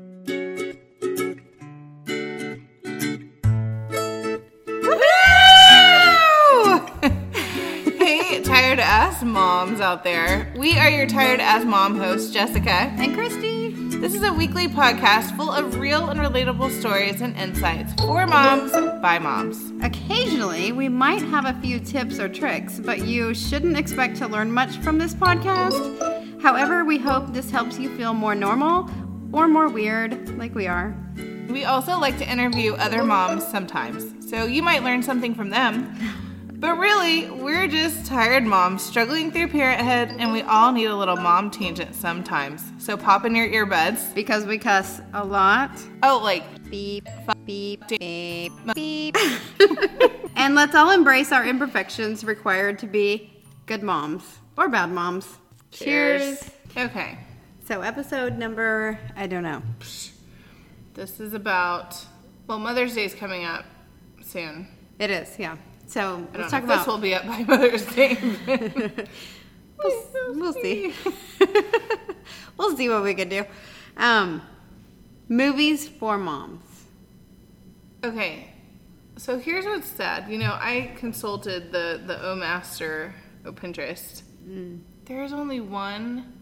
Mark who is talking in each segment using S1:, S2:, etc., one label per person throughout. S1: moms out there. We are your tired ass mom host, Jessica.
S2: And Christy.
S1: This is a weekly podcast full of real and relatable stories and insights for moms by moms.
S2: Occasionally, we might have a few tips or tricks, but you shouldn't expect to learn much from this podcast. However, we hope this helps you feel more normal or more weird, like we are.
S1: We also like to interview other moms sometimes, so you might learn something from them. But really, we're just tired moms struggling through parenthood, and we all need a little mom tangent sometimes. So pop in your earbuds.
S2: Because we cuss a lot.
S1: Oh, like
S2: Beep, beep, beep, beep. and let's all embrace our imperfections required to be good moms or bad moms.
S1: Okay,
S2: So, episode number, I don't know.
S1: this is about well, Mother's Day's coming up soon.
S2: It is, yeah. So,
S1: I don't
S2: let's
S1: know
S2: talk
S1: if
S2: about
S1: this will be up by Mother's Day.
S2: we'll, we'll see. we'll see what we can do. Um, movies for moms.
S1: okay, so here's what's sad. You know, I consulted the the O Master O Pinterest.
S2: Mm.
S1: There is only one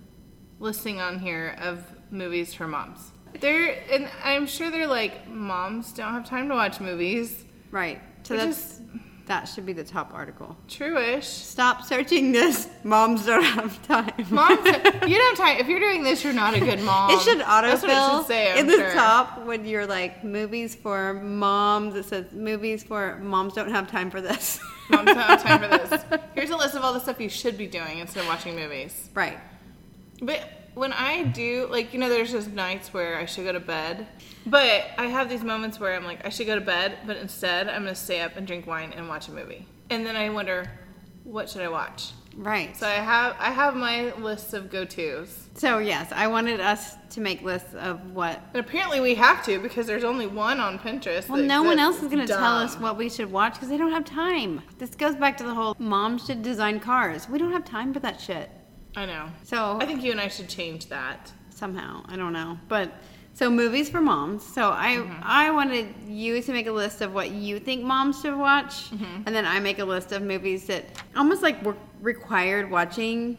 S1: listing on here of movies for moms. There, and I'm sure they're like moms don't have time to watch movies.
S2: Right. So
S1: Which
S2: that's that should be the top article.
S1: True-ish.
S2: Stop searching this. Moms don't have time.
S1: Moms, you don't have time. If you're doing this, you're not a good mom.
S2: It should
S1: That's what it
S2: autofill
S1: should say. I'm
S2: in the
S1: sure.
S2: top when you're like movies for moms. It says movies for moms don't have time for this.
S1: Moms don't have time for this. Here's a list of all the stuff you should be doing instead of watching movies.
S2: Right.
S1: But when I do, like, you know, there's just nights where I should go to bed. But I have these moments where I'm like, I should go to bed, but instead I'm going to stay up and drink wine and watch a movie. And then I wonder, what should I watch?
S2: Right.
S1: So I have I have my list of go-tos.
S2: So yes, I wanted us to make lists of what.
S1: And apparently we have to because there's only one on Pinterest.
S2: Well,
S1: that
S2: no one else
S1: exists.
S2: is going to tell
S1: Dumb.
S2: us what we should watch because they don't have time. This goes back to the whole moms should design cars. We don't have time for that shit.
S1: I know.
S2: So
S1: I think you and I should change that.
S2: somehow i don't know but so movies for moms so i
S1: Mm-hmm.
S2: i wanted you to make a list of what you think moms should watch
S1: Mm-hmm.
S2: and then i make a list of movies that almost like were required watching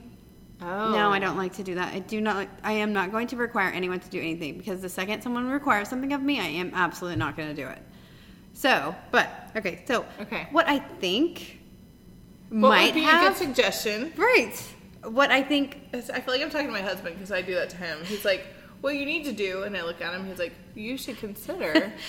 S1: Oh.
S2: no i don't like to do that i do not like i am not going to require anyone to do anything because the second someone requires something of me i am absolutely not going to do it so but okay so
S1: Okay.
S2: what i think
S1: What
S2: might
S1: would be a
S2: have
S1: good suggestion?
S2: right what i think
S1: Is, I feel like I'm talking to my husband because I do that to him. He's like, "What you need to do," and I look at him. He's like, "You should consider."
S2: Oh,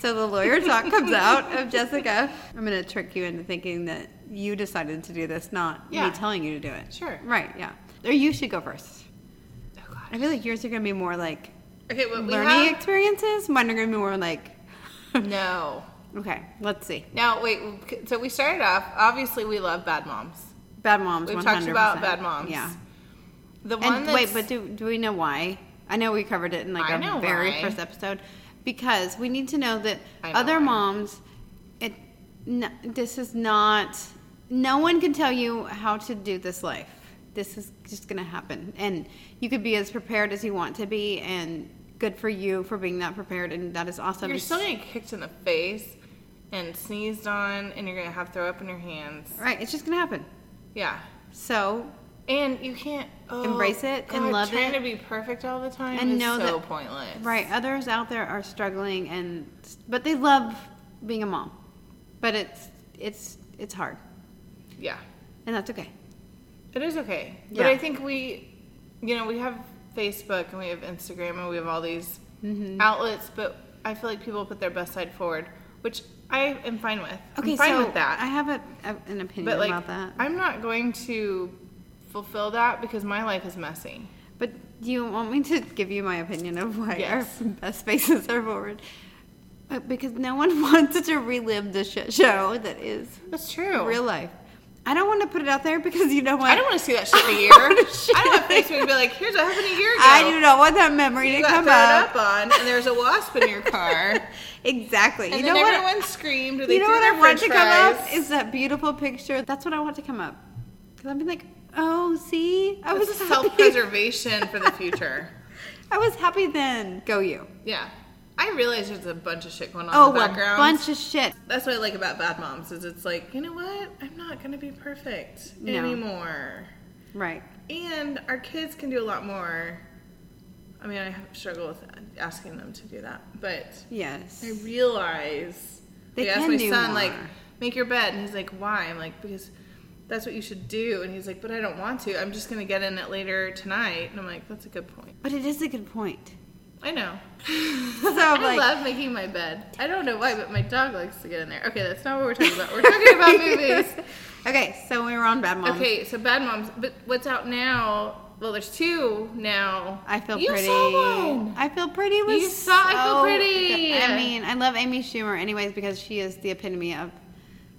S2: So the lawyer talk comes out of Jessica. I'm going to trick you into thinking that you decided to do this, not
S1: Yeah.
S2: me telling you to do it.
S1: Sure.
S2: Right, yeah. Or you should go first.
S1: oh God.
S2: I feel like yours are going to be more like
S1: Okay, what we
S2: learning
S1: have?
S2: experiences. Mine are going to be more like,
S1: No.
S2: okay, let's see.
S1: Now wait. So we started off. Obviously, we love bad moms.
S2: Bad moms.
S1: We've talked about
S2: 100%.
S1: bad moms.
S2: Yeah.
S1: The one
S2: And
S1: that's,
S2: wait, but do, do we know why? I know we covered it in like
S1: I know
S2: our very
S1: why.
S2: first episode because we need to know that
S1: I know
S2: other
S1: why.
S2: moms, it, no, this is not. No one can tell you how to do this life. This is just going to happen, and you could be as prepared as you want to be, and good for you for being that prepared, and that is awesome.
S1: you're still gonna get kicked in the face and sneezed on, and you're gonna have throw up in your hands.
S2: right. It's just going to happen.
S1: Yeah.
S2: So
S1: And you can't oh,
S2: Embrace it and
S1: God,
S2: love
S1: trying
S2: it.
S1: to be perfect all the time
S2: And
S1: is
S2: know
S1: so
S2: that-
S1: pointless.
S2: Right. Others out there are struggling, and but they love being a mom, but it's it's it's hard,
S1: Yeah.
S2: and that's okay.
S1: It is okay. But
S2: Yeah.
S1: I think we, you know, we have Facebook and we have Instagram and we have all these
S2: Mm-hmm.
S1: outlets, but I feel like people put their best side forward, which I am fine with.
S2: Okay,
S1: I'm fine
S2: so
S1: with that.
S2: I have a, a- an opinion
S1: but like,
S2: about that.
S1: I'm not going to fulfill that because my life is messy.
S2: But do you want me to give you my opinion of why
S1: Yes.
S2: our best faces are forward? Uh, Because no one wants to relive the shit show that is
S1: That's true.
S2: real life. I don't want to put it out there because you know what?
S1: I don't want to see that shit in a year.
S2: I wanna Oh, shit.
S1: I don't want Facebook to be like, here's what happened a year ago.
S2: I do not want that memory
S1: You
S2: to
S1: got
S2: come
S1: thrown up
S2: up.
S1: on, and there's a wasp in your car.
S2: Exactly.
S1: And
S2: you
S1: then
S2: know what?
S1: everyone screamed. Or they
S2: You know
S1: threw
S2: what
S1: their
S2: I want
S1: french
S2: to come up
S1: fries.
S2: is that beautiful picture. That's what I want to come up. Because I've been like, oh, see, I was
S1: This is
S2: happy.
S1: self-preservation for the future.
S2: I was happy then. Go you.
S1: Yeah, I realize there's a bunch of shit going on
S2: Oh,
S1: in the
S2: well,
S1: background.
S2: bunch of shit.
S1: That's what I like about bad moms is it's like you know what? I'm not gonna be perfect
S2: No.
S1: anymore.
S2: Right.
S1: And our kids can do a lot more. I mean, I have- struggle with asking them to do that, but
S2: Yes.
S1: I realize
S2: They
S1: like, I asked
S2: can
S1: my
S2: do
S1: son like,
S2: more.
S1: make your bed, and he's like, why? I'm like, because that's what you should do, and he's like, but I don't want to. I'm just gonna get in it later tonight, and I'm like, that's a good point.
S2: But it is a good point.
S1: I know.
S2: So
S1: I
S2: like,
S1: love making my bed. I don't know why, but my dog likes to get in there. Okay, that's not what we're talking about. We're talking about movies.
S2: okay, so we were on Bad Moms.
S1: Okay, so Bad Moms, but what's out now? Well, there's two now.
S2: I feel
S1: you
S2: pretty.
S1: Saw one.
S2: I feel pretty was
S1: You saw I Feel
S2: so
S1: Pretty.
S2: good. I mean, I love Amy Schumer anyways because she is the epitome of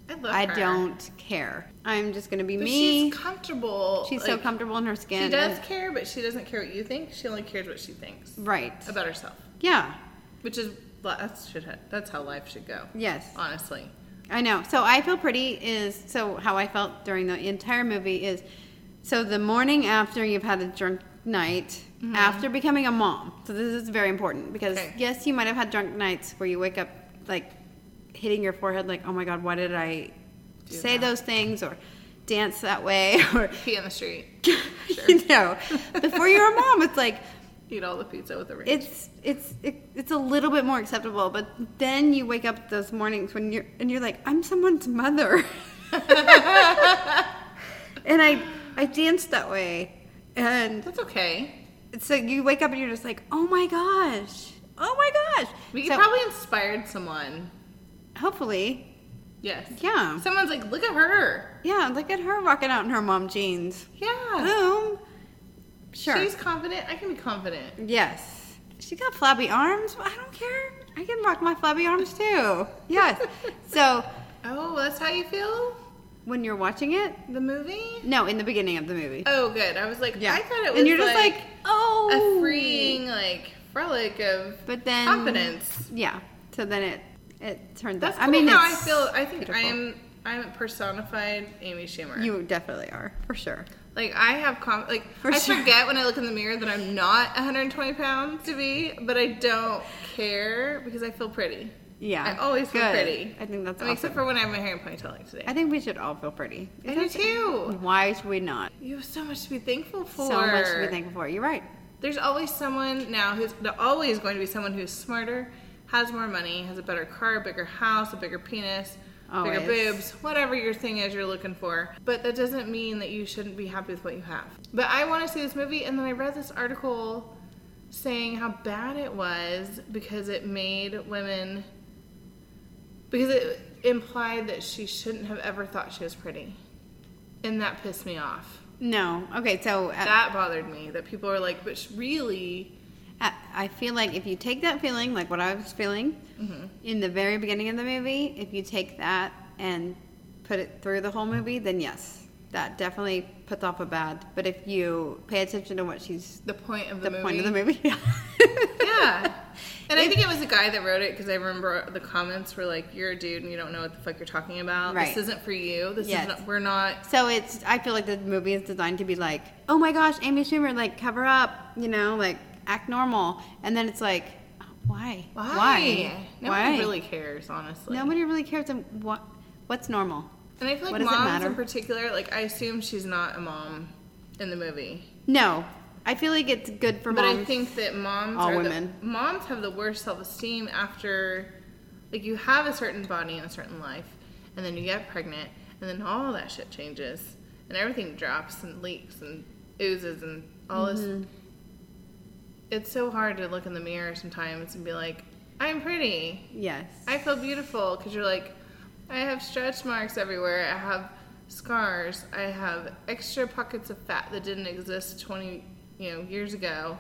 S1: I love
S2: I
S1: her.
S2: don't care. I'm just gonna be
S1: But
S2: me.
S1: She's comfortable.
S2: She's so
S1: like,
S2: comfortable in her skin.
S1: She does
S2: and-
S1: care, but she doesn't care what you think. She only cares what she thinks
S2: Right.
S1: about herself,
S2: Yeah.
S1: which is that's should that's how life should go.
S2: Yes.
S1: Honestly,
S2: I know. So I feel pretty is so how I felt during the entire movie is so the morning after you've had a drunk night after becoming a mom. So this is very important because
S1: Mm-hmm. Okay.
S2: yes, you might have had drunk nights where you wake up like hitting your forehead like, "Oh my god, why did I
S1: Do
S2: say
S1: that."
S2: those things or dance that way or
S1: pee on the street,
S2: you know, before you're a mom, it's like
S1: eat all the pizza with a ring.
S2: it's it's it, it's a little bit more acceptable but then you wake up those mornings when you're and you're like i'm someone's mother and i i danced that way and
S1: that's okay.
S2: so you wake up and you're just like oh my gosh oh my gosh
S1: We
S2: So,
S1: probably inspired someone.
S2: hopefully
S1: Yes.
S2: yeah
S1: Someone's like, look at her.
S2: yeah look at her walking out in her mom jeans
S1: Yeah.
S2: boom Uh, sure
S1: She's confident. I can be confident.
S2: Yes. She got flabby arms. I don't care. I can rock my flabby arms too. Yes. so
S1: Oh, that's how you feel?
S2: when you're watching it,
S1: The movie?
S2: no, in the beginning of the movie.
S1: Oh, good. I was like,
S2: Yeah.
S1: I thought it was
S2: and you're just like, oh,
S1: a freeing, like, frolic of
S2: But then
S1: confidence.
S2: Yeah. So then it it turned.
S1: That's
S2: out. I
S1: kinda
S2: mean,
S1: how I
S2: it's
S1: feel. I think I
S2: beautiful.
S1: am. I'm personified Amy Schumer.
S2: You definitely are for sure.
S1: like I have, com- like
S2: For
S1: I
S2: sure.
S1: forget when I look in the mirror that I'm not 120 pounds to be, but I don't care because I feel pretty.
S2: Yeah.
S1: I always feel
S2: Good.
S1: pretty.
S2: I think that's
S1: I mean,
S2: awesome.
S1: Except for when I have my hair in ponytail like today.
S2: I think we should all feel pretty.
S1: I do too.
S2: Why should we not?
S1: You have so much to be thankful for.
S2: So much to be thankful for. You're right.
S1: There's always someone now who's there's always going to be someone who's smarter, has more money, has a better car, a bigger house, a bigger penis, bigger
S2: Always.
S1: boobs, whatever your thing is you're looking for. But that doesn't mean that you shouldn't be happy with what you have. But I want to see this movie, and then I read this article saying how bad it was because it made women because it implied that she shouldn't have ever thought she was pretty. And that pissed me off.
S2: No. Okay. So uh, at,
S1: That bothered me that people are like, but sh- really,
S2: I I feel like if you take that feeling, like what I was feeling
S1: Mm-hmm.
S2: in the very beginning of the movie, if you take that and put it through the whole movie, then yes, that definitely puts off a bad. But if you pay attention to what she's
S1: the point of
S2: the
S1: the, movie.
S2: point of the movie,
S1: yeah. And I think it was the guy that wrote it because I remember the comments were like, "You're a dude and you don't know what the fuck you're talking about.
S2: Right.
S1: This isn't for you. This
S2: Yes.
S1: is not, we're not."
S2: So it's I feel like the movie is designed to be like, oh my gosh, Amy Schumer, like cover up, you know, like act normal, and then it's like, why,
S1: Why?
S2: why,
S1: Nobody
S2: Why?
S1: really cares, honestly.
S2: nobody really cares. And what what's normal?
S1: And I feel
S2: What
S1: like
S2: does it
S1: moms
S2: matter?
S1: in particular, like I assume she's not a mom in the movie,
S2: No, I feel like it's good for
S1: but
S2: moms.
S1: I think that moms
S2: All
S1: are
S2: women.
S1: The, moms have the worst self esteem after, like, you have a certain body and a certain life, and then you get pregnant, and then all that shit changes, and everything drops and leaks and oozes and all
S2: Mm-hmm.
S1: this. It's so hard to look in the mirror sometimes and be like, "I'm pretty."
S2: yes.
S1: I feel beautiful because you're like, I have stretch marks everywhere. I have scars. I have extra pockets of fat that didn't exist 20, you know, years ago.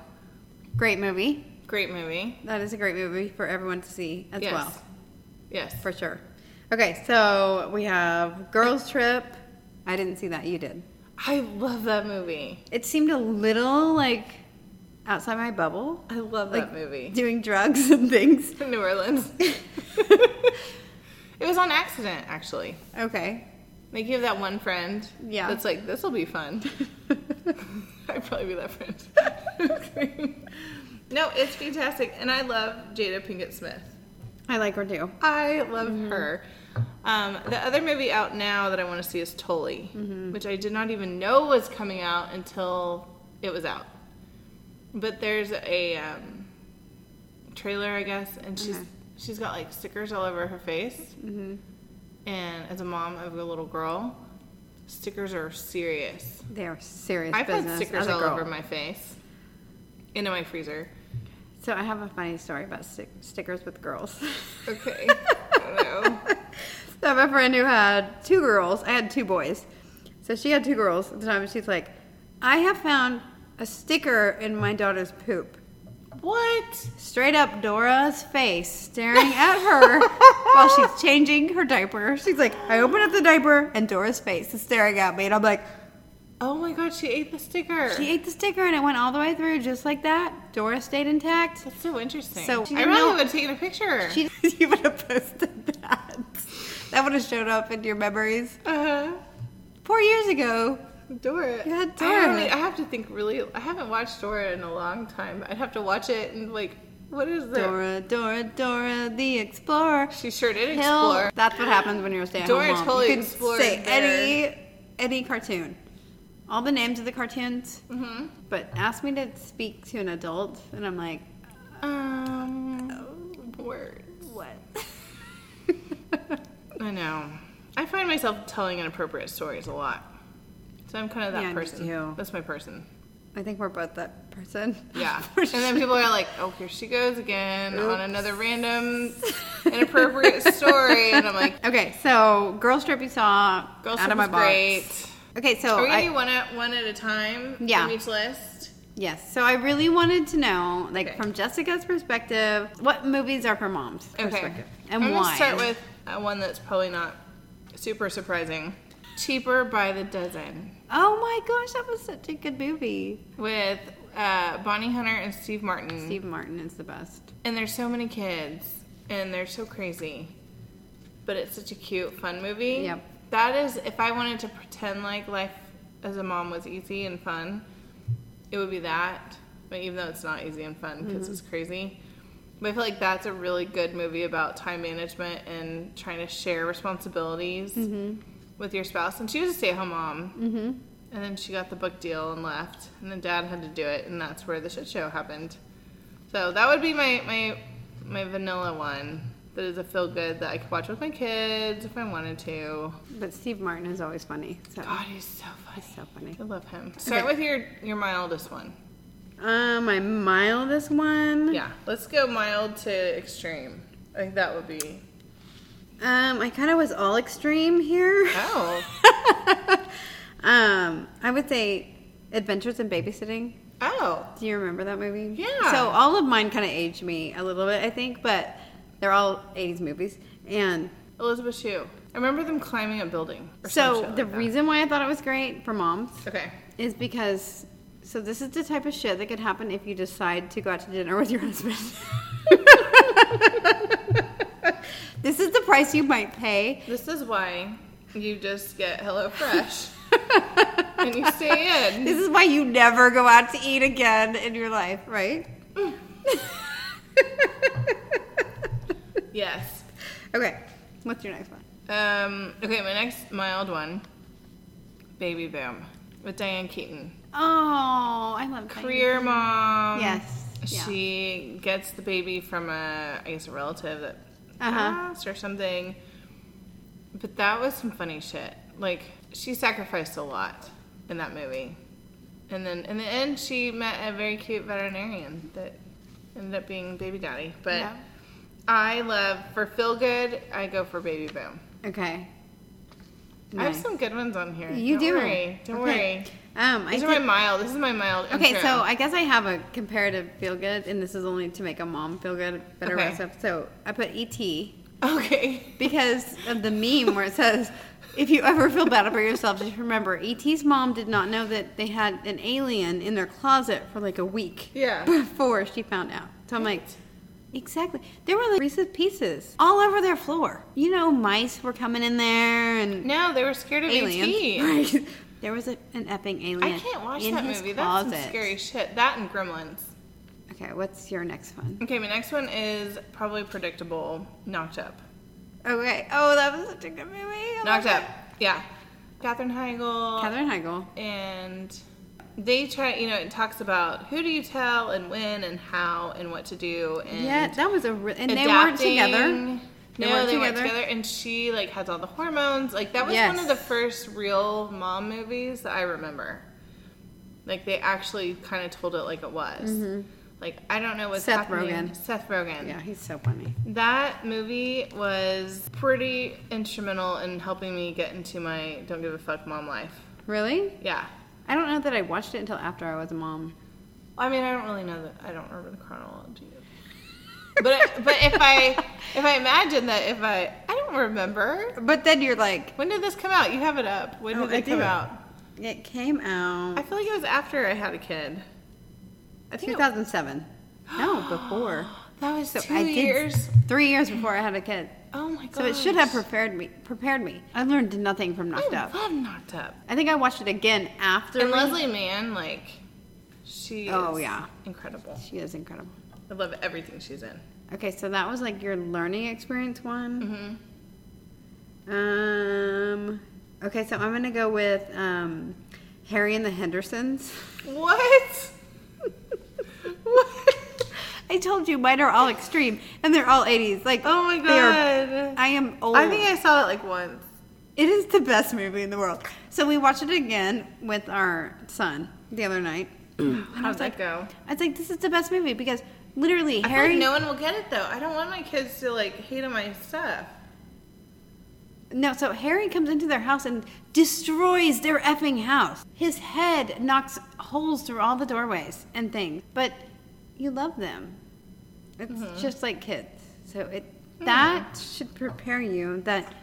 S2: great movie.
S1: Great movie.
S2: That is a great movie for everyone to see as
S1: yes.
S2: well,
S1: Yes.
S2: for sure. Okay, so we have Girls Trip. I didn't see that. You did.
S1: I love that movie.
S2: It seemed a little like outside my bubble,
S1: I love that
S2: Like,
S1: movie.
S2: doing drugs and things.
S1: New Orleans. it was on accident, actually.
S2: Okay.
S1: Like you have that one friend.
S2: Yeah.
S1: That's like, this will be fun. I'd probably be that friend. no, it's fantastic. And I love Jada Pinkett Smith.
S2: I like her too.
S1: I love her. Um, the other movie out now that I want to see is Tully,
S2: Mm-hmm.
S1: which I did not even know was coming out until it was out. But there's a um, trailer, I guess, and she's
S2: Okay. Mm-hmm.
S1: she's got like stickers all over her face. And as a mom of a little girl, stickers are serious.
S2: They are serious
S1: I've had
S2: business.
S1: stickers
S2: as a
S1: all
S2: girl.
S1: over my face, into my freezer.
S2: So I have a funny story about stick- stickers with girls.
S1: Okay. I know.
S2: I have a friend who had two girls. I had two boys. So she had two girls at the time, and she's like, I have found a sticker in my daughter's poop.
S1: What?
S2: Straight up Dora's face staring at her while she's changing her diaper. She's like, I open up the diaper, and Dora's face is staring at me. And I'm like,
S1: Oh my god, she ate the sticker.
S2: she ate the sticker, and it went all the way through just like that. Dora stayed intact.
S1: That's so interesting.
S2: So-
S1: I really would have taken a picture.
S2: She you would have posted that. That would have showed up in your memories.
S1: uh-huh.
S2: Four years ago.
S1: Dora.
S2: You had
S1: I,
S2: Dora.
S1: don't really- I have to think really. I haven't watched Dora in a long time. I'd have to watch it and like, what is that?
S2: Dora, Dora, Dora, the explorer.
S1: She sure did
S2: Hell,
S1: explore.
S2: That's what happens when you're a stay-at-home
S1: Dora
S2: mom.
S1: totally
S2: you can
S1: explored
S2: say
S1: there.
S2: any any cartoon, all the names of the cartoons.
S1: hmm
S2: But ask me to speak to an adult, and I'm like,
S1: Um, words.
S2: what?
S1: I know. I find myself telling inappropriate stories a lot. So I'm kind of that
S2: Yeah, me
S1: person.
S2: too.
S1: That's my person.
S2: I think we're both that person.
S1: Yeah.
S2: For
S1: and then
S2: sure.
S1: people are like, oh, here she goes again on
S2: Oops.
S1: another random inappropriate story. And I'm like,
S2: okay, so girl strip you saw
S1: girl,
S2: out
S1: stuff
S2: of my
S1: is
S2: box.
S1: great.
S2: Okay, so
S1: Are we gonna
S2: Oh, I-
S1: do one at one at a time?
S2: Yeah.
S1: From each list.
S2: Yes. So I really wanted to know, like,
S1: Okay.
S2: from Jessica's perspective, what movies are for moms'
S1: Okay.
S2: perspective and
S1: I'm
S2: why?
S1: gonna start with uh, one that's probably not super surprising. Cheaper by the dozen
S2: oh my gosh, that was such a good movie.
S1: with uh, Bonnie Hunter and Steve Martin.
S2: Steve Martin is the best.
S1: And there's so many kids, and they're so crazy. But it's such a cute, fun movie.
S2: Yep.
S1: That is, if I wanted to pretend like life as a mom was easy and fun, it would be that. But even though it's not easy and fun because it's crazy. But I feel like that's a really good movie about time management and trying to share responsibilities with your spouse. And she was a stay at home mom. Mm-hmm. And then she got the book deal and left. And then dad had to do it. And that's where the shit show happened. So that would be my, my, my vanilla one that is a feel good that I could watch with my kids if I wanted to.
S2: But Steve Martin is always funny. So
S1: God, he's so funny.
S2: he's so funny.
S1: I love him. Start
S2: Okay.
S1: with your, your mildest one.
S2: Uh, my mildest one.
S1: Yeah, let's go mild to extreme. I think that would be.
S2: Um, I kind of was all extreme here.
S1: Oh.
S2: um, I would say Adventures in Babysitting.
S1: Oh.
S2: Do you remember that movie?
S1: Yeah.
S2: So all of mine kind of aged me a little bit, I think, but they're all 80s movies. And
S1: Elizabeth Shue. I remember them climbing a building. or some
S2: so
S1: shit
S2: the
S1: like that.
S2: reason why I thought it was great for moms
S1: Okay.
S2: is because so this is the type of shit that could happen if you decide to go out to dinner with your husband. this is the price you might pay.
S1: This is why you just get Hello Fresh and you stay in.
S2: This is why you never go out to eat again in your life, right?
S1: Yes.
S2: Okay. What's your next one?
S1: Um, okay, my next mild one Baby Boom with Diane Keaton.
S2: Oh, I love Diane.
S1: Career mom.
S2: Yes. Yeah.
S1: She gets the baby from a, I guess, a relative that
S2: Uh-huh.
S1: passed or something. But that was some funny shit. Like she sacrificed a lot in that movie, and then in the end, she met a very cute veterinarian that ended up being baby daddy. But
S2: Yeah.
S1: I love for feel good. I go for baby boom.
S2: Okay.
S1: I have
S2: Nice.
S1: some good ones on here.
S2: You
S1: Don't
S2: do.
S1: Worry. Don't
S2: Okay.
S1: worry.
S2: Um, I
S1: These are
S2: did-
S1: my mild. This is my mild.
S2: Okay,
S1: intro.
S2: so I guess I have a comparative feel good, and this is only to make a mom feel good, better
S1: Okay.
S2: rest up. So I put ET
S1: okay.
S2: because of the meme where it says, "If you ever feel bad about yourself, just remember ET's mom did not know that they had an alien in their closet for like a week
S1: Yeah.
S2: before she found out." So I'm like, exactly. There were like Reese's pieces all over their floor. You know, mice were coming in there and
S1: No, they were scared of ET.
S2: alien. Right. There was a, an epping alien.
S1: E I can't watch
S2: in
S1: that
S2: his
S1: movie. That's
S2: closet.
S1: some scary shit. That and Gremlins.
S2: Okay, what's your next one?
S1: Okay, my next one is probably predictable. Knocked up.
S2: Okay. Oh, that was such a good movie. I
S1: Knocked Up.
S2: love it.
S1: Yeah. Katherine Heigl.
S2: Katherine Heigl.
S1: And they try, you know, it talks about who do you tell and when and how and what to do. And
S2: Yeah, that was a re- and they weren't together.
S1: adapting.
S2: They
S1: no,
S2: weren't
S1: they weren't
S2: together.
S1: together, and she like has all the hormones. Like that was
S2: Yes.
S1: one of the first real mom movies that I remember. Like they actually kind of told it like it was. Like I don't know what's
S2: Mm-hmm. Seth
S1: happening.
S2: Rogen.
S1: Seth Rogen.
S2: Yeah, he's so funny.
S1: That movie was pretty instrumental in helping me get into my don't give a fuck mom life.
S2: Really?
S1: Yeah.
S2: I don't know that I watched it until after I was a mom.
S1: I mean, I don't really know that. I don't remember the chronology. But but if I if I imagine that if I I don't remember
S2: But then you're like,
S1: when did this come out? You have it up. When
S2: Oh,
S1: did it
S2: I
S1: come
S2: do.
S1: out?
S2: it came
S1: I
S2: out
S1: feel like it was after I had a kid. I think it,
S2: 2007. No, before.
S1: that was
S2: So
S1: two
S2: I did
S1: years.
S2: three years before I had a kid.
S1: Oh my god.
S2: So it should have prepared me. Prepared me. I learned nothing from Knocked
S1: I
S2: Up.
S1: love knocked up.
S2: I think I watched it again after.
S1: And
S2: we-
S1: Leslie Mann, like, she.
S2: Oh,
S1: is
S2: yeah.
S1: incredible.
S2: She is incredible.
S1: I love everything she's in.
S2: Okay, so that was like your learning experience one. Mm-hmm. Um. Okay, so I'm gonna go with um, Harry and the Hendersons.
S1: What? what?
S2: I told you mine are all extreme, and they're all 80s. Like,
S1: Oh my
S2: they are-
S1: god.
S2: I am old.
S1: I think I saw it like once.
S2: It is the best movie in the world. So we watched it again with our son the other night. And I
S1: How'd
S2: was
S1: that
S2: like,
S1: go?
S2: I was like, this is the best movie because literally
S1: I feel
S2: Harry.
S1: like no one will get it though. I don't want my kids to like hate on my stuff.
S2: No, so Harry comes into their house and destroys their effing house. His head knocks holes through all the doorways and things. But you love them. It's just like kids. So it that should prepare you that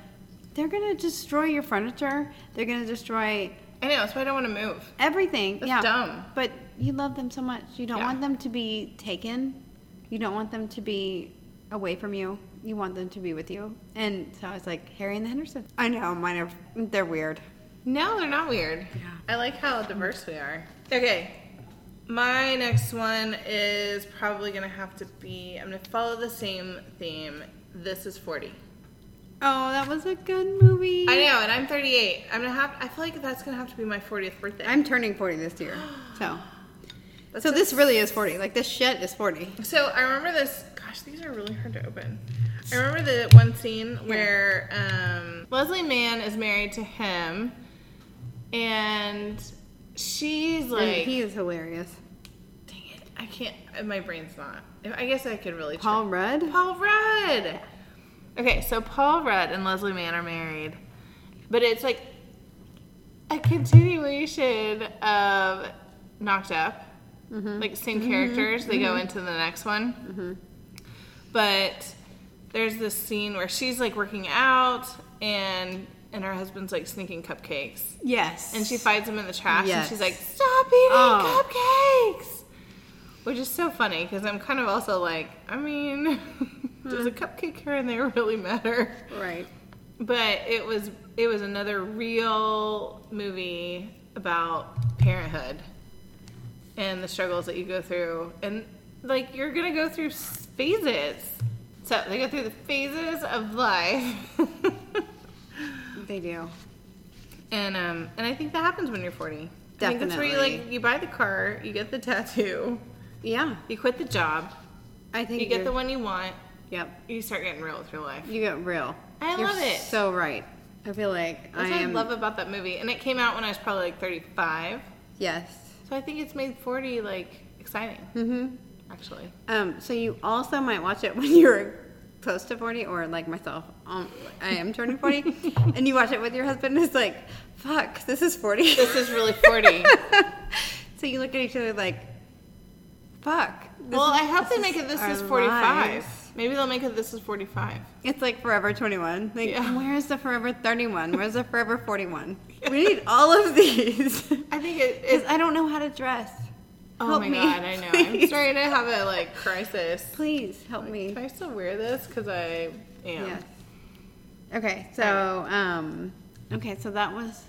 S2: they're gonna destroy your furniture. They're gonna destroy
S1: I know, that's why I don't want to move.
S2: everything.
S1: That's
S2: yeah.
S1: dumb.
S2: But you love them so much. You don't
S1: Yeah.
S2: want them to be taken. You don't want them to be away from you. You want them to be with you. And so I was like, Harry and the Henderson. I know, mine are they're weird.
S1: No, they're not weird.
S2: Yeah.
S1: I like how diverse we are. Okay. My next one is probably gonna have to be I'm gonna follow the same theme. This is forty.
S2: Oh, that was a good movie.
S1: I know, and I'm 38. I'm gonna have. I feel like that's gonna have to be my 40th birthday.
S2: I'm turning 40 this year. So
S1: That's
S2: So
S1: it.
S2: this really is 40. Like this shit is 40.
S1: So I remember this. Gosh, these are really hard to open. I remember the one scene where um, Leslie Mann is married to him, and she's like,
S2: And he is hilarious.
S1: "Dang it, I can't. uh, My brain's not. I guess I could really."
S2: Paul Rudd?
S1: Paul Rudd. Okay, so Paul Rudd and Leslie Mann are married, but it's like a continuation of Knocked Up.
S2: Mm-hmm.
S1: Like same characters, they go into the next one.
S2: Mm-hmm.
S1: But there's this scene where she's like working out and and her husband's like sneaking cupcakes.
S2: Yes.
S1: And she finds him in the trash and
S2: Yes.
S1: she's like, Stop eating
S2: Oh.
S1: cupcakes! Which is so funny because I'm kind of also like, I mean, does a
S2: Hmm.
S1: cupcake here and there really matter?
S2: Right.
S1: But it was it was another real movie about parenthood and the struggles that you go through and like you're gonna go through s- phases. So they go through the phases of life.
S2: They do.
S1: And um, and I think that happens when you're 40. I think that's where you
S2: Definitely.
S1: like you buy the car, you get the tattoo,
S2: Yeah.
S1: you quit the job,
S2: I think
S1: you get the
S2: you're-
S1: one you want,
S2: Yep.
S1: you start getting real with your life.
S2: You got real.
S1: I
S2: You're
S1: love it.
S2: So right. I feel like
S1: That's
S2: I
S1: what I
S2: am.
S1: love about that movie. And it came out when I was probably like 35.
S2: Yes.
S1: So I think it's made 40 like exciting,
S2: hmm
S1: actually.
S2: Um, so you also might watch it when you're close to forty, or like myself, um, I am turning forty, and you watch it with your husband. It's like, fuck, this is forty.
S1: This is really 40.
S2: so you look at each other like, fuck. this
S1: well,
S2: is-
S1: I hope
S2: this
S1: they make it this
S2: our
S1: is 45.
S2: lives.
S1: Maybe they'll make it this is 45.
S2: It's like Forever 21. Like,
S1: Yeah.
S2: where's the Forever 31? Where's the Forever 41? We need all of these.
S1: I think it
S2: Because
S1: is.
S2: I don't know how to dress.
S1: Oh
S2: Help
S1: my
S2: me,
S1: god, I know. I'm
S2: please.
S1: starting to have a like crisis.
S2: Please help me.
S1: Can I still wear this? Because I am.
S2: Yes. Okay, so um okay, so that was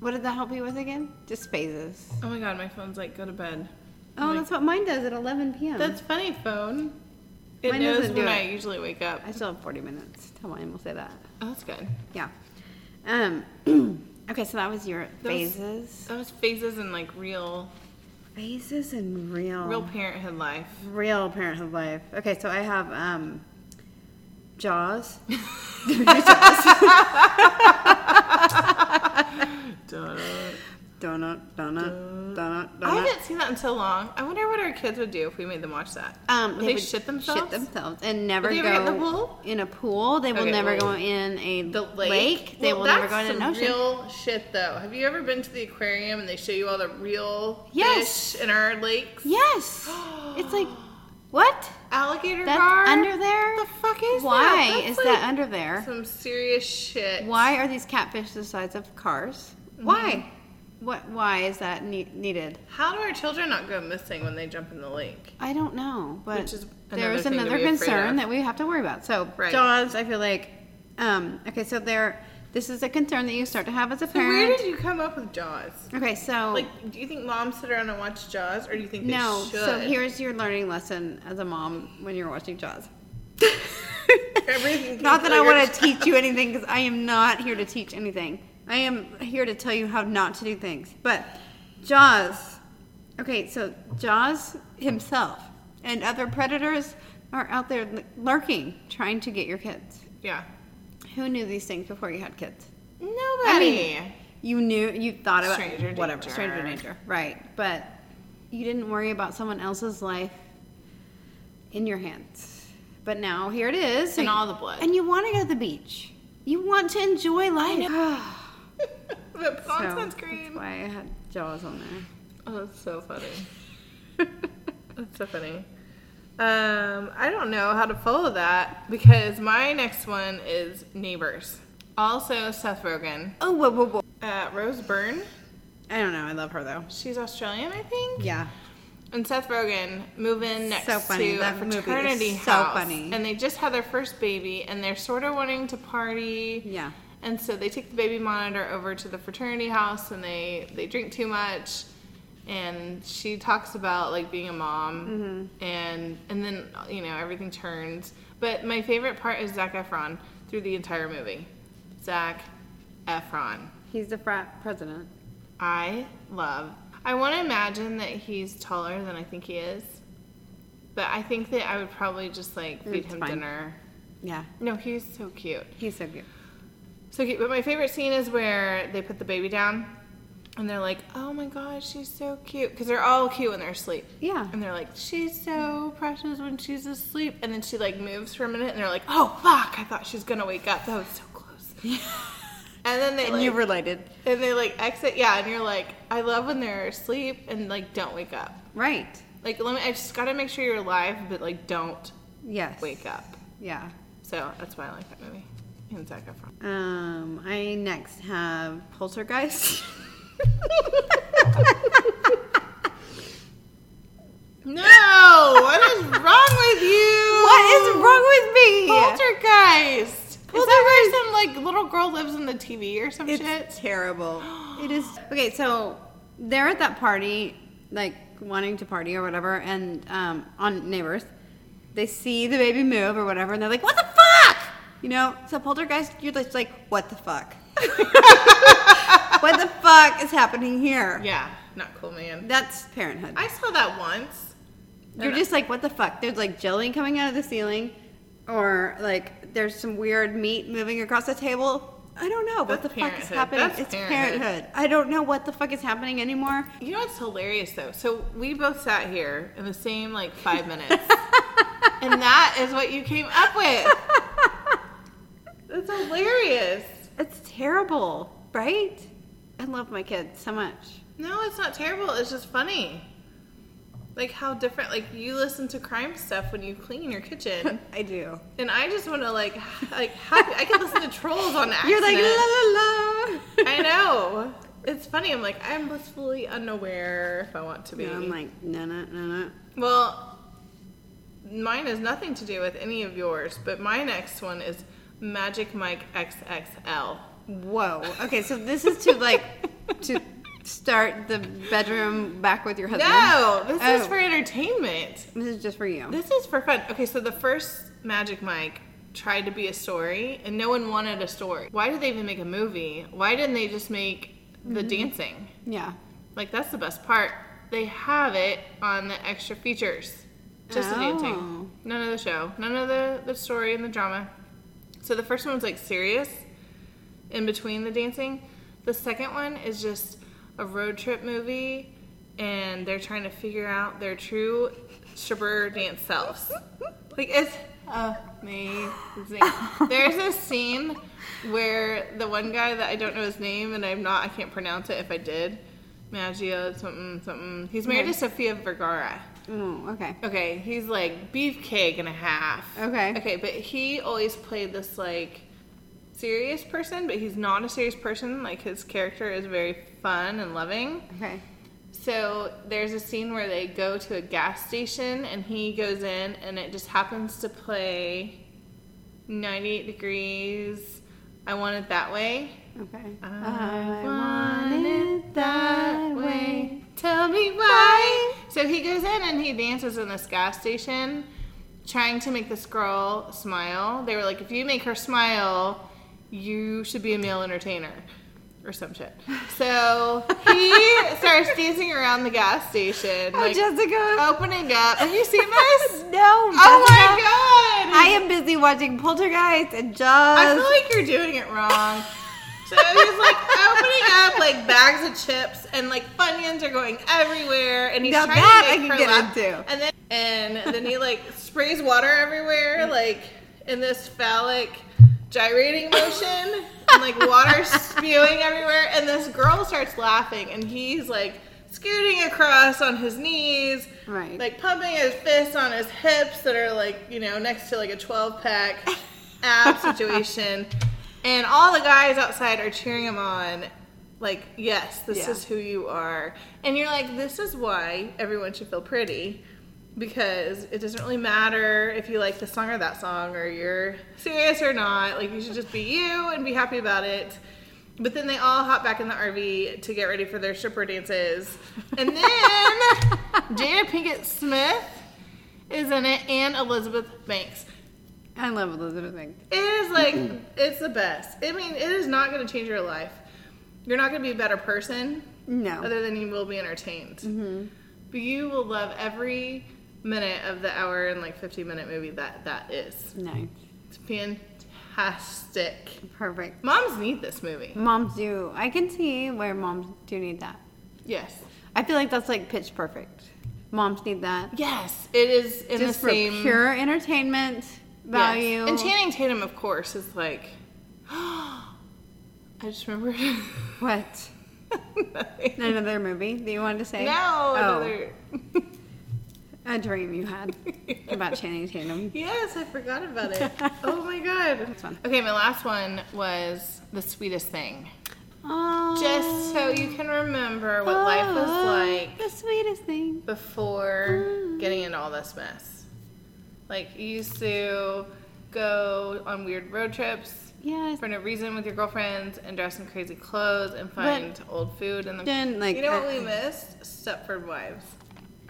S2: what did that help you with again? Just phases.
S1: Oh my god, my phone's like, go to bed.
S2: Oh,
S1: Like-
S2: that's what mine does at eleven PM.
S1: That's funny, phone. It
S2: Mine
S1: knows
S2: doesn't do
S1: when I
S2: it.
S1: usually wake up.
S2: I still have 40 minutes. Tell mine we'll say that.
S1: Oh, that's good.
S2: Yeah. Um, okay, so that was your
S1: Those-
S2: phases.
S1: That was phases in like real,
S2: Phases and real,
S1: real parenthood life.
S2: real parenthood life. Okay, so I have um, Jaws. donut, donut, donut, donut.
S1: I haven't seen that in so long. I wonder what our kids would do if we made them watch that.
S2: Um,
S1: would they, shit themselves?
S2: Shit themselves and never
S1: Would they
S2: go
S1: ever get in the pool?
S2: in a pool. They will
S1: Okay,
S2: never
S1: well,
S2: go in a
S1: the lake.
S2: They
S1: Well,
S2: will never go
S1: that's
S2: in an
S1: some
S2: ocean.
S1: Real shit though. Have you ever been to the aquarium and they show you all the real
S2: Yes.
S1: fish in our lakes?
S2: Yes, it's like what?
S1: Alligator
S2: That's
S1: gar?
S2: under there.
S1: The fuck is
S2: Why
S1: that?
S2: is
S1: That's
S2: that
S1: like
S2: under there?
S1: Some serious shit.
S2: Why are these catfish the size of cars?
S1: Mm-hmm.
S2: Why? What? Why is that ne- needed?
S1: How do our children not go missing when they jump in the lake?
S2: I don't know, but
S1: Which is
S2: there
S1: another
S2: is
S1: thing to
S2: another
S1: be afraid
S2: concern
S1: of.
S2: that we have to worry about. So
S1: Right.
S2: Jaws, I feel like, um, okay, so there. This is a concern that you start to have as a
S1: So where
S2: parent.
S1: did you come up with Jaws?
S2: okay, so
S1: Like, do you think moms sit around and watch Jaws, or do you think they
S2: no,
S1: should?
S2: so here's your learning lesson as a mom when you're watching Jaws.
S1: Everything
S2: not
S1: comes
S2: that I
S1: under-
S2: want to teach you anything because I am not here to teach anything. I am here to tell you how not to do things. But Jaws, okay, so Jaws himself and other predators are out there lurking, trying to get your kids.
S1: yeah,
S2: Who knew these things before you had kids?
S1: nobody.
S2: I mean, you knew, you thought about
S1: Stranger
S2: whatever,
S1: danger.
S2: stranger danger, right? But you didn't worry about someone else's life in your hands. But now here it is,
S1: In all the blood.
S2: and you want to go to the beach. You want to enjoy life.
S1: but put on
S2: So, That's
S1: sunscreen.
S2: why I had jaws on
S1: Oh, that's so funny.
S2: there.
S1: That's so funny. Um, I don't know how to follow that because my next one is Neighbors. Also, Seth Rogen,
S2: oh, whoa, whoa, whoa!
S1: uh, Rose Byrne.
S2: I don't know. I love her though.
S1: She's Australian, I think.
S2: Yeah.
S1: And Seth Rogen move in next
S2: So funny.
S1: to
S2: That
S1: a
S2: movie is
S1: fraternity
S2: so
S1: house,
S2: funny.
S1: and they just had their first baby, and they're sort of wanting to party.
S2: Yeah.
S1: And so they take the baby monitor over to the fraternity house, and they they drink too much, and she talks about like being a mom,
S2: Mm-hmm.
S1: and and then you know everything turns. But my favorite part is Zach Efron through the entire movie. Zach Efron.
S2: He's the frat president.
S1: I love. I want to imagine that he's taller than I think he is, but I think that I would probably just like feed
S2: It's
S1: him
S2: fine.
S1: dinner.
S2: Yeah.
S1: No, he's so cute.
S2: He's so cute.
S1: So cute. But my favorite scene is where they put the baby down, and they're like, "Oh my god, she's so cute," because they're all cute when they're asleep.
S2: Yeah.
S1: And they're like, "She's so precious when she's asleep," and then she like moves for a minute, and they're like, "Oh fuck, I thought she was gonna wake up. That was so close." and then they
S2: And
S1: like,
S2: you related,
S1: and they like exit, yeah, and you're like, I love when they're asleep and like don't wake up.
S2: right?
S1: Like let me, I just gotta make sure you're alive, but like don't
S2: Yes.
S1: wake up.
S2: Yeah.
S1: So that's why I like that movie. And Zac Efron.
S2: Um, I next have Poltergeist.
S1: No, what is wrong with you?
S2: what is wrong with me?
S1: Poltergeist. Is that where some like little girl lives in the TV or some
S2: It's
S1: shit?
S2: terrible. It is okay. So they're at that party, like wanting to party or whatever, and um, on neighbors, they see the baby move or whatever, and they're like, "What the fuck?" You know. So poltergeist, you're just like, "What the fuck? what the fuck is happening here?"
S1: Yeah, not cool, man.
S2: That's parenthood.
S1: I saw that once.
S2: You're just like, what the fuck? There's like jelly coming out of the ceiling, or like there's some weird meat moving across the table. I don't know what
S1: That's
S2: the fuck is
S1: parenthood.
S2: happening.
S1: That's
S2: it's
S1: parenthood.
S2: parenthood. I don't know what the fuck is happening anymore.
S1: You know what's hilarious though? So we both sat here in the same like five minutes, and that is what you came up with. That's hilarious.
S2: It's terrible, right? I love my kids so much.
S1: No, it's not terrible. It's just funny. Like how different. Like you listen to crime stuff when you clean your kitchen,
S2: I do.
S1: and I just want to like like happy. I could listen to trolls on accident.
S2: You're like la la la.
S1: I know. It's funny. I'm like I'm blissfully unaware if I want to be.
S2: And I'm like no no no no.
S1: Well, mine has nothing to do with any of yours, but my next one is Magic Mike XXL.
S2: Whoa. Okay, so this is to like to start the bedroom back with your husband.
S1: No, this is
S2: Oh.
S1: for entertainment.
S2: This is just for you.
S1: This is for fun. Okay, so the first Magic Mike tried to be a story, and no one wanted a story. Why did they even make a movie? Why didn't they just make the dancing?
S2: yeah.
S1: Like that's the best part. They have it on the extra features. Just the dancing. None of the show. None of the, the story and the drama. So the first one was like serious in between the dancing. The second one is just a road trip movie and they're trying to figure out their true stripper dance selves. Like it's amazing. There's a scene where the one guy that I don't know his name and I'm not I can't pronounce it if I did. Maggio something something. He's married to Sofia Vergara.
S2: Oh, okay.
S1: Okay, he's like beefcake and a half.
S2: Okay.
S1: Okay, but he always played this like serious person, but he's not a serious person. Like his character is very fun and loving.
S2: Okay.
S1: So there's a scene where they go to a gas station and he goes in and it just happens to play 98 degrees. I want it that way.
S2: Okay.
S1: I want it that way. Tell me why. So he goes in and he dances in this gas station, trying to make this girl smile. They were like, if you make her smile, you should be a male entertainer. Or some shit. So he starts dancing around the gas station,
S2: Oh,
S1: like
S2: Jessica.
S1: opening up. Have you seen this?
S2: No.
S1: oh my
S2: Jessica.
S1: god!
S2: I am busy watching Poltergeist and Jaws.
S1: I feel like you're doing it wrong. So he's like opening up like bags of chips and like Funyuns are going everywhere and he's
S2: Now
S1: trying
S2: that
S1: to
S2: I
S1: make
S2: can
S1: her
S2: get
S1: laugh.
S2: into.
S1: And then and then he like sprays water
S2: Mm.
S1: everywhere like in this phallic gyrating motion and like water spewing everywhere and this girl starts laughing and he's like scooting across on his knees
S2: Right.
S1: like pumping his fists on his hips that are like you know next to like a 12 pack ab situation and all the guys outside are cheering him on like yes this
S2: Yeah.
S1: is who you are and you're like this is why everyone should feel pretty because it doesn't really matter if you like this song or that song or you're serious or not like you should just be you and be happy about it but then they all hop back in the RV to get ready for their stripper dances. And then Jada Pinkett Smith is in it and Elizabeth Banks.
S2: I love Elizabeth Banks.
S1: It is like, it's the best. I mean, it is not going to change your life. You're not going to be a better person
S2: No.
S1: other than you will be entertained.
S2: Mm-hmm.
S1: But you will love every minute of the hour and like 50 minute movie that that is.
S2: Nice.
S1: It's fantastic.
S2: Perfect.
S1: Moms need this movie.
S2: Moms do. I can see where moms do need that.
S1: Yes.
S2: I feel like that's like pitch perfect. Moms need that.
S1: Yes, it is in
S2: Just
S1: the
S2: for
S1: same
S2: pure entertainment
S1: Yes.
S2: value.
S1: And Channing Tatum, of course, is like, I just remember.
S2: what? Another movie that you wanted to say?
S1: now
S2: Oh,
S1: another.
S2: a dream you had about Channing Tatum.
S1: Yes, I forgot about it. oh my god.
S2: fun.
S1: Okay, my last one was the sweetest thing.
S2: Oh,
S1: Just so you can remember what life
S2: oh,
S1: was like
S2: The sweetest thing.
S1: before getting into all this mess. Like you used to go on weird road trips.
S2: Yes.
S1: For no reason with your girlfriends and dress in crazy clothes and find old food and the
S2: Then, like,
S1: you know what
S2: uh,
S1: we missed? Stepford Wives.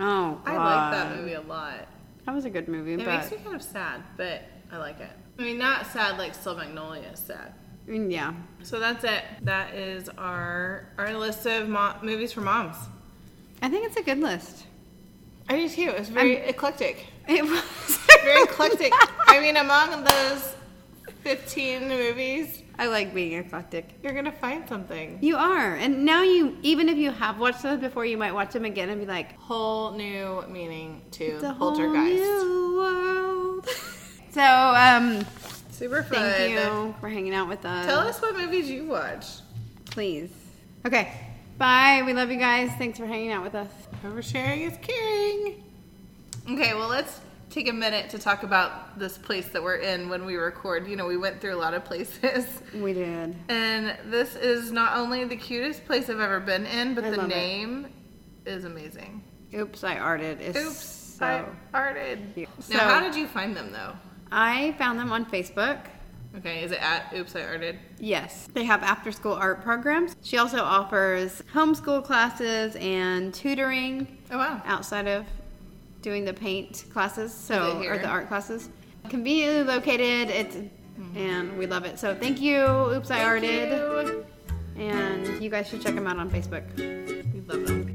S2: Oh,
S1: I like that movie a lot.
S2: That was a good movie,
S1: It
S2: but
S1: makes me kind of sad, but I like it. I mean, not sad like Still Magnolia is sad.
S2: Mm, yeah,
S1: So that's it. That is our our list of mo- movies for moms.
S2: I think it's a good list.
S1: I do too. It's very eclectic.
S2: It was
S1: Very eclectic. I mean, among those fifteen movies,
S2: I like being eclectic.
S1: you're gonna find something
S2: You are, and now you even if you have watched those before, you might watch them again and be like,
S1: whole new meaning to
S2: "It's a whole
S1: Poltergeist.
S2: new world." so, um,
S1: Super fun.
S2: thank you for hanging out with us.
S1: Tell us what movies you watch.
S2: please. Okay, bye. We love you guys. Thanks for hanging out with us.
S1: Oversharing is caring. Okay, well, let's take a minute to talk about this place that we're in when we record. You know, we went through a lot of places,
S2: We did.
S1: and this is not only the cutest place I've ever been in, but
S2: I
S1: the
S2: love it.
S1: name is amazing.
S2: Oops, I arted. It's
S1: Oops,
S2: so-
S1: I farted.
S2: Yeah.
S1: Now,
S2: So-
S1: how did you find them though?
S2: I found them on Facebook.
S1: Okay, is it at Oops, I farted?
S2: Yes, they have after school art programs. She also offers homeschool classes and tutoring
S1: Oh wow.
S2: outside of doing the paint classes, so
S1: it
S2: or
S1: here?
S2: the art classes. Conveniently located, it's and we love it. So thank you, Oops I Arted,
S1: Thank you.
S2: and you guys should check them out on Facebook.
S1: We love them.